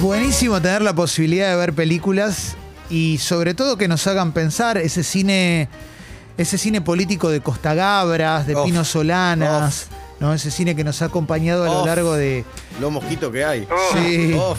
buenísimo tener la posibilidad de ver películas y sobre todo que nos hagan pensar ese cine, ese cine político de Costa Gabras, de Of. Pino Solanas, ¿no? Ese cine que nos ha acompañado a lo Of. largo de. Lo mosquito que hay. Oh. Sí, Uf.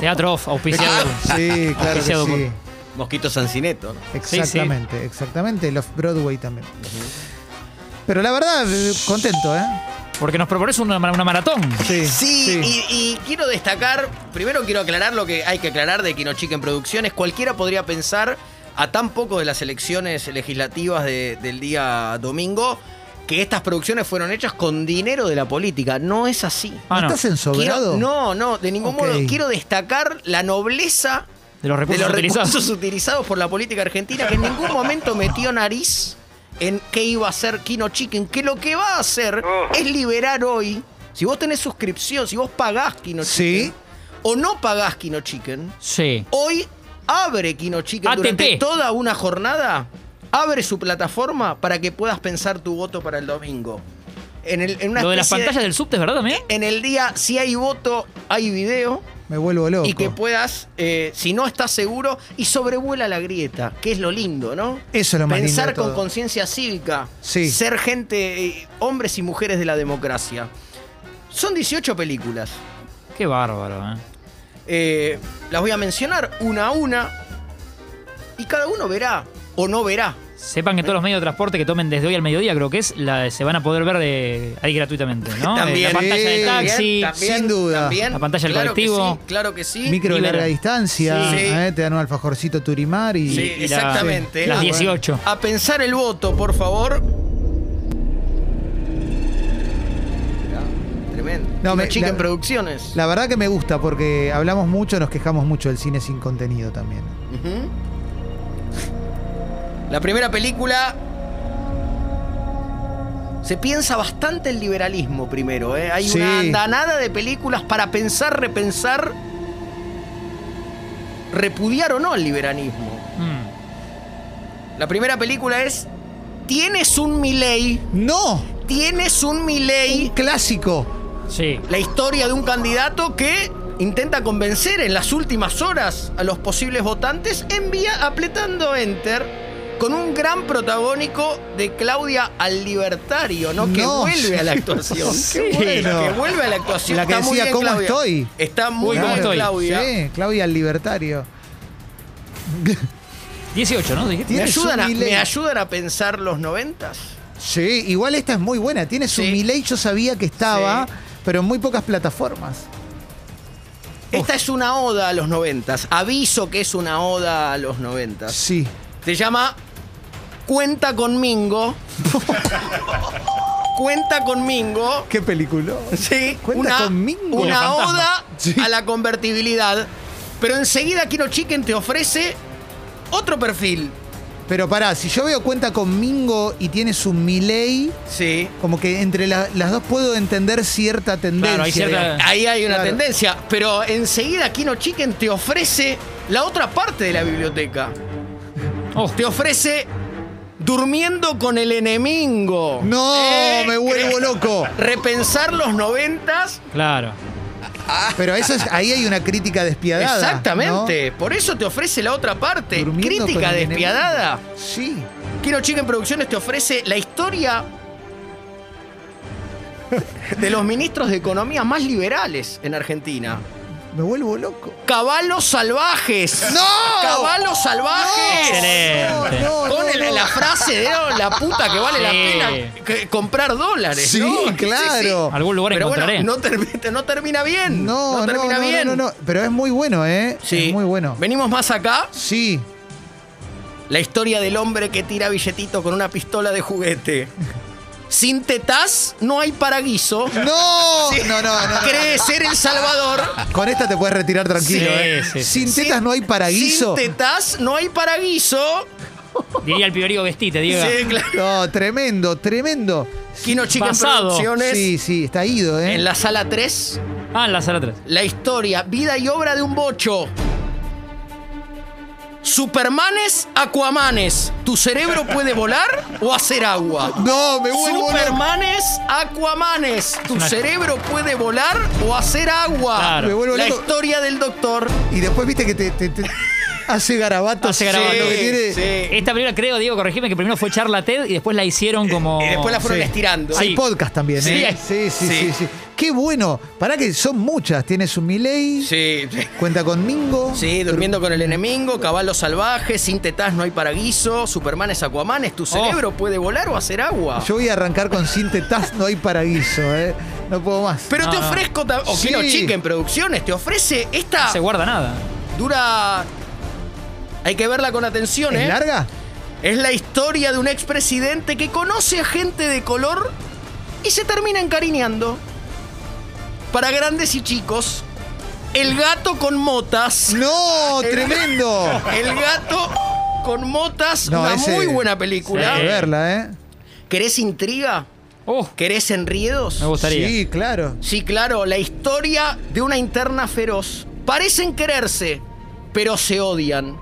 Teatro off, Ah. auspiciado. sí, claro que Oficiado sí. con- Mosquito Sancineto. ¿no? Exactamente, exactamente. Los Broadway también. Pero la verdad, eh, contento, ¿eh? Porque nos propones una, ma- una maratón. Sí. Sí, Y, y quiero destacar, primero quiero aclarar lo que hay que aclarar de Quinochique en Producciones. Cualquiera podría pensar, a tan poco de las elecciones legislativas de- del día domingo, que estas producciones fueron hechas con dinero de la política. No es así. Ah, no. ¿Estás ensobrado? Quiero- no, no, de ningún Ok. modo. Quiero destacar la nobleza De los de recursos los utilizados. recursos utilizados por la política argentina, que en ningún momento metió nariz en qué iba a hacer Kino Chicken, que lo que va a hacer es liberar hoy, si vos tenés suscripción, si vos pagás Kino Sí. Chicken, o no pagás Kino Chicken, Sí. hoy abre Kino Chicken ATT. durante toda una jornada, abre su plataforma para que puedas pensar tu voto para el domingo. En, el- en una Lo de las especie pantallas del subte, ¿es verdad también? En el día, si hay voto, hay video Me vuelvo loco. y que puedas, eh, si no estás seguro, y sobrevuela la grieta, que es lo lindo, ¿no? Eso es lo más lindo Pensar de con todo. conciencia cívica, Sí. ser gente, eh, hombres y mujeres de la democracia. Son 18 películas. Qué bárbaro, ¿eh? Eh, las voy a mencionar una a una y cada uno verá o no verá. Sepan que todos los medios de transporte que tomen desde hoy al mediodía, creo que es, la, se van a poder ver de, ahí gratuitamente, ¿no? Eh, También. La pantalla Sí, del taxi. También, también, sin duda. también. La pantalla del Claro que colectivo. sí, claro que sí. Micro de Libera. larga distancia, Sí. ¿eh? te dan un alfajorcito turimar y. Sí, la- exactamente. las Ah, bueno. 18. A pensar el voto, por favor. Mirá, Tremendo. No, No, me- chica la- en producciones. La verdad que me gusta porque hablamos mucho, nos quejamos mucho del cine sin contenido también. Ujú. La primera película. Se piensa bastante el liberalismo primero. ¿eh? Hay Sí. una andanada de películas para pensar, repensar, repudiar o no el liberalismo. Mm. La primera película es Tienes un Milei. ¡No! Tienes un Un Milei. clásico. Sí. La historia de un candidato que intenta convencer en las últimas horas a los posibles votantes envía apretando enter con un gran protagónico de Claudia al libertario, ¿no? Que No. vuelve a la actuación. Sí. Qué bueno, Que Bueno. vuelve a la actuación. La que Está muy decía, bien, ¿cómo Claudia. estoy? Está muy Claro. bien, ¿Cómo estoy? Claudia. Sí, Claudia el libertario. 18, ¿no? Dijiste. ¿Me Tienes un ayudan, a, Milei. ¿Me ayudan a pensar los noventas? Sí, igual esta es muy buena. Tiene su Sí. Milei, yo sabía que estaba, Sí. pero en muy pocas plataformas. Oh. Esta es una oda a los noventas. Aviso que es una oda a los noventas. Sí. Se llama Cuenta con Mingo. Cuenta con Mingo. Qué película. Sí, Cuenta una, con Mingo. una Como fantasma. oda Sí. a la convertibilidad. Pero enseguida Kino Chicken te ofrece otro perfil. Pero pará, si yo veo cuenta con Mingo y tiene su Milei, Sí. como que entre la- las dos puedo entender cierta tendencia. Claro, hay cierta- digamos. Ahí hay una Claro. tendencia. Pero enseguida Kino Chicken te ofrece la otra parte de la biblioteca. Oh, Te ofrece Durmiendo con el enemigo. No, Eh, me vuelvo loco. Repensar los noventas claro. Pero eso es, ahí hay una crítica despiadada. Exactamente. Por eso te ofrece la otra parte. ¿no? Durmiendo Crítica con el despiadada. enemigo. Sí. Quiero Chica en Producciones te ofrece la historia de los ministros de economía más liberales en Argentina. Me vuelvo loco. Cabalos salvajes. ¡No! Cabalos salvajes. Excelente. No, no, Con no, el- no. la frase de "Oh, la puta que vale la Sí. pena que- comprar dólares. Sí, ¿no? Sí, claro. sí. Algún lugar Pero bueno, encontraré. no, termi- no termina bien. No, no, termina no, no, bien. no, no. Pero es muy bueno, ¿eh? Sí. Es muy bueno. Venimos más acá. Sí. La historia del hombre que tira billetito con una pistola de juguete. Sin tetaz no hay paraguiso. No, no, no, no. Cree ser El Salvador. Con esta te puedes retirar tranquilo, Sí, ¿eh? sí, sí. Sin tetas no hay paraíso. Sin tetaz no hay paraguiso. Diría el Piorigo Vestite, Diego. Sí, claro. No, tremendo, tremendo. Kino Chica en Basado. Producciones. Sí, sí, está ido, ¿eh? En la sala 3, Ah, en la sala 3. la historia, vida y obra de un bocho. Supermanes, Aquamanes, ¿tu cerebro puede volar o hacer agua? No, me vuelvo loco. Supermanes, Aquamanes, ¿tu una- cerebro puede volar o hacer agua? Claro. Me vuelvo La loco. historia del doctor. Y después viste que te, te- te- hace garabatos. Hace garabatos. lo que tiene- sí. Esta película, creo, Diego, corregime, que primero fue Charla TED y después la hicieron como. Eh. Y después la fueron Sí. estirando. Hay Sí. podcast también, Sí, ¿eh? hay- Sí, sí, sí, sí. sí, Qué bueno. Pará que son muchas. Tienes un Miley, Sí, sí. cuenta con Mingo. Sí, durmiendo con el enemigo, caballo salvaje, sin tetas no hay paraguiso, Supermanes, Aquamanes, Oh. ¿tu cerebro puede volar o hacer agua? Yo voy a arrancar con Sintetaz, no hay paraíso, ¿eh? No puedo más. Pero te No, no. ofrezco, ta- o Sí. Kino Chica en producciones, te ofrece esta... No se guarda nada. Dura. Hay que verla con atención, ¿eh? ¿Es larga? Es la historia de un expresidente que conoce a gente de color y se termina encariñando. Para grandes y chicos, el gato con motas. ¡No! El- ¡Tremendo! El gato con motas, No, una ese- muy buena Hay película. que Sí. verla, ¿eh? ¿Querés intriga? Oh, ¿Querés enriedos? me gustaría. Sí, claro. Sí, claro, la historia de una interna feroz. Parecen quererse, pero se odian.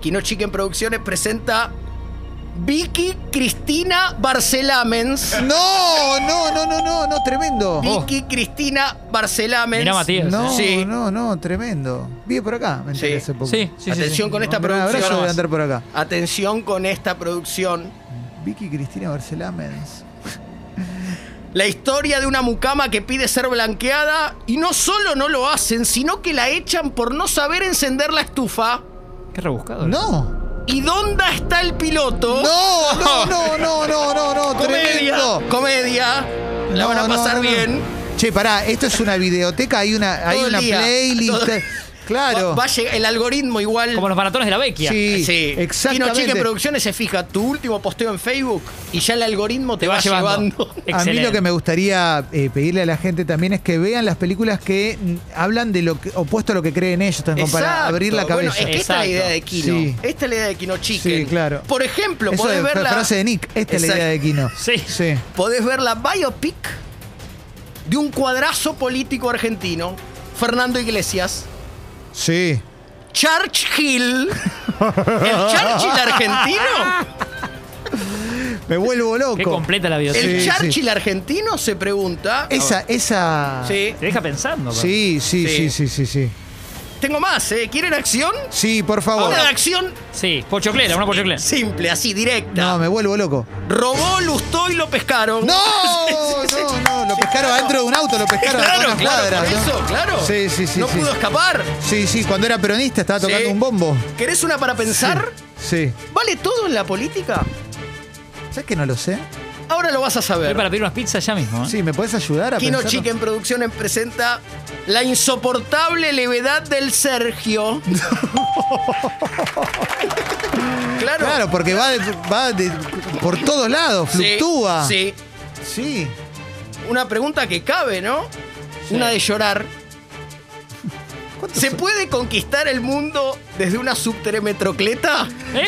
Kino Chicken Producciones presenta Vicky Cristina Barcelamens. ¡No! ¡No, no, no, no! no ¡Tremendo! Vicky Cristina Barcelamens. Oh. Mirá, Matías. No, Sí. no, no, tremendo. Vive por acá, me enteré Sí. hace poco. Sí, sí, sí, Atención sí. con esta Un gran producción. abrazo, voy a andar por acá. Atención con esta producción. Vicky Cristina Barcelamens. La historia de una mucama que pide ser blanqueada y no solo no lo hacen, sino que la echan por no saber encender la estufa. Qué rebuscado. ¡No! ¿Y dónde está el piloto? ¡No, no, no, no, no, no, no! Comedia, ¡Tremendo! comedia. La No, van a no, pasar no, no. bien. Che, pará, esto es una videoteca, hay una, hay Todo el una día. playlist. Todo- Claro. Va- va a llegar- el algoritmo igual. eh. Como los maratones de la Vecchia. Sí, Sí. Kino Chica en exactamente. Producciones se fija tu último posteo en Facebook y ya el algoritmo te, va, llevando. A mí Excelente. lo que me gustaría eh, pedirle a la gente también es que vean las películas que mm, hablan de lo que, opuesto a lo que creen ellos, también para Exacto. abrir la Bueno, cabeza. es que esta es la Exacto. idea de Kino. Sí. Esta es la idea de Kino Chica. Sí, claro. Por ejemplo, Eso podés es ver la la, frase de Nick. Esta es la Exacto. idea de Kino. Sí. Sí. podés ver la biopic de un cuadrazo político argentino, Fernando Iglesias. Sí. Churchill. ¿El Churchill argentino? Me vuelvo loco. Qué completa la videoteca. ¿El Sí, Churchill argentino? Se pregunta. Esa, esa. Sí. Te deja pensando. pero- Sí, sí, Sí. sí, sí, sí, sí. Tengo más, ¿eh? ¿Quieren acción? Sí, por favor. Una acción Sí, pochoclera, una pochoclera. simple, así, directa. No, me vuelvo loco. Robó, lustó y lo pescaron. ¡No! Sí, sí, sí, sí. No, no, lo Sí, pescaron claro. adentro de un auto, lo pescaron a Claro, unas claro, por cuadras, ¿no? eso, claro. Sí, sí, sí, No sí. pudo escapar. Sí, sí, cuando era peronista estaba tocando Sí. un bombo. ¿Querés una para pensar? Sí. ¿Vale todo en la política? ¿Sabes que no lo sé? Ahora lo vas a Voy saber. para pedir unas pizzas ya mismo. ¿eh? Sí, ¿me puedes ayudar a ¿Ah? Kino pensarlo? Chicken Producciones presenta La insoportable levedad del Sergio. claro. Claro, porque va, de- va de- por todos lados, Sí, fluctúa. Sí. Sí. Una pregunta que cabe, ¿no? Una de llorar. ¿Cuántos ¿Se son? puede conquistar el mundo desde una subtremetrocleta? ¿Eh?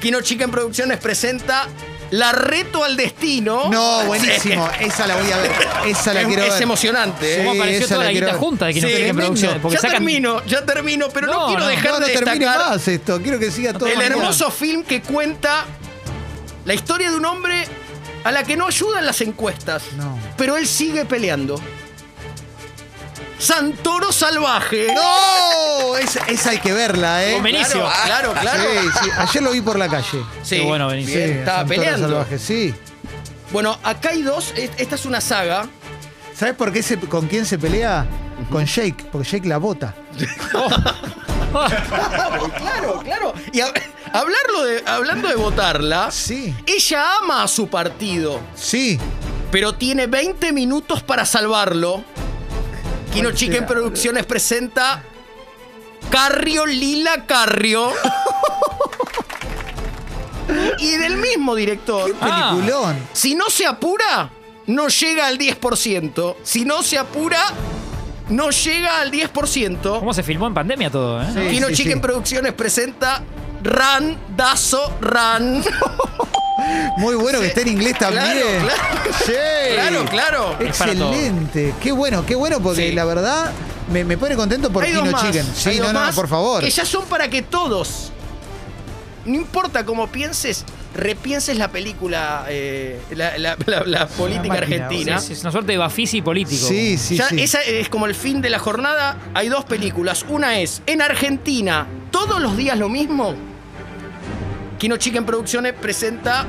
Kino Chicken Producciones presenta La reto al destino. No, buenísimo. Esa la voy a ver. Esa la Oh, Es, quiero es ver. emocionante, ¿eh? ¿Cómo Sí, apareció esa toda la la quiero guita ver. junta de que no Sí, tienen tremendo. producciones? Porque ya sacan- termino, ya termino, pero no, No, quiero no, dejar No, no de termine destacar más esto. Quiero que siga todo. el mañana. hermoso film que cuenta la historia de un hombre a la que no ayudan las encuestas, No. pero él sigue peleando. Santoro Salvaje. ¡No! Esa, esa hay que verla, ¿eh? Con Benito. Claro, claro, Buenísimo. claro. Sí, sí. Ayer lo vi por la calle. Sí, Qué bueno, Sí, Benito. bien, estaba Santoro peleando. Salvaje, sí. Bueno, acá hay dos. Es- Esta es una saga. ¿Sabes por qué se- con quién se pelea? Con Jake, porque Jake la bota. Claro, claro, claro. Y hab- hablarlo de, hablando de votarla, Sí. ella ama a su partido, Sí. pero tiene 20 minutos para salvarlo. Kino ¿Cuál Chicken será? Producciones presenta Carrio Lila Carrio. y del mismo director. Ah. Peliculón. Si no se apura, no llega al 10%. Si no se apura, no llega al 10%. ¿Cómo se filmó en pandemia todo? ¿eh? Sí, Kino sí, Chicken sí. Producciones presenta Ran Dazo Ran. Muy bueno que esté en inglés también. claro. Sí. Claro, claro. Es para todo. Excelente. Qué bueno, qué bueno, porque Sí. la verdad Me, me pone contento por Hay dos Kino más, Chicken. hay Sí, dos no, no, más por favor. Que ya son para que todos, no importa cómo pienses, repienses la película, eh, la, la- la- la política máquina, argentina. Es, es una suerte de bafisi político. Sí, sí, ya sí. Esa es como el fin de la jornada. Hay dos películas. Una es en Argentina, todos los días lo mismo. Kino Chicken Producciones presenta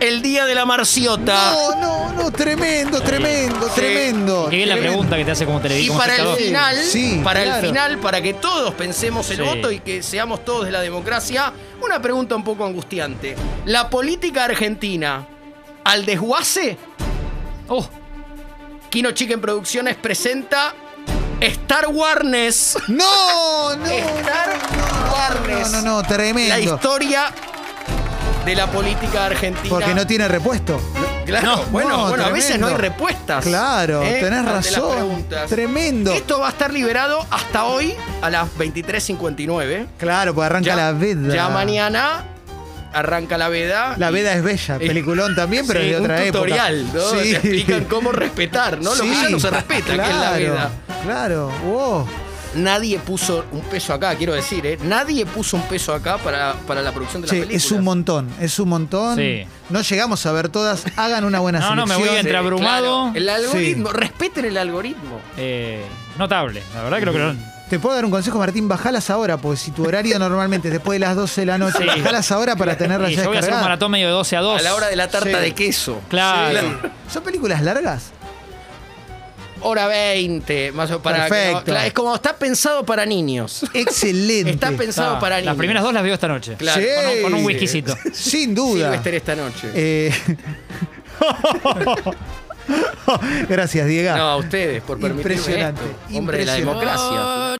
El Día de la Marciota. No, no, no, tremendo, tremendo, Sí. tremendo. Y Qué bien la tremendo. pregunta que te hace como Y televisión. para el final, Sí, para claro. el final, para que todos pensemos el Sí. voto y que seamos todos de la democracia, una pregunta un poco angustiante. ¿La política argentina al desguace? Oh, Kino Chicken Producciones presenta Star Warnes. No, no. Star No, Warnes. no, no, La tremendo. historia de la política argentina. Porque no tiene repuesto. Claro, bueno, no, bueno, a tremendo. veces no hay respuestas. Claro, ¿eh? tenés ante las razón. preguntas. Tremendo. Esto va a estar liberado hasta hoy a las 23.59. Claro, pues arranca Ya- la veda. Ya mañana arranca la veda. La y- veda es bella, y- peliculón también, pero Sí, de otra un época. tutorial, ¿no? Sí. Te explican cómo respetar, ¿no? Lo que Sí. ya no se respeta, que es la Claro, veda. Claro, wow. Nadie puso un peso acá, quiero decir, ¿eh? Nadie puso un peso acá para, para la producción de la Che, película. es un montón, es un montón. Sí. No llegamos a ver todas. Hagan una buena No, no, selección. me voy a entrar. abrumado. El algoritmo, respeten el algoritmo. eh, notable. La verdad creo que lo- Te puedo dar un consejo, Martín. Bajalas ahora, porque si tu horario normalmente es después de las 12 de la noche, Sí. bajalas ahora para tenerlas Y ya yo voy a hacer un descargadas. maratón medio de 12 a 2. A la hora de la tarta Sí. de queso. Claro. ¿Son películas largas? Hora 20, más o para que no- Perfecto. claro, es como está pensado para niños. Excelente. Está pensado Ah, para niños. Las primeras dos las veo esta noche. Claro, Con, un, con un Sí. whiskycito. Sin duda. Silvester esta noche. Eh, Gracias, Diego. No, a ustedes por permitirme Impresionante, esto. Hombre de la impresionante. democracia.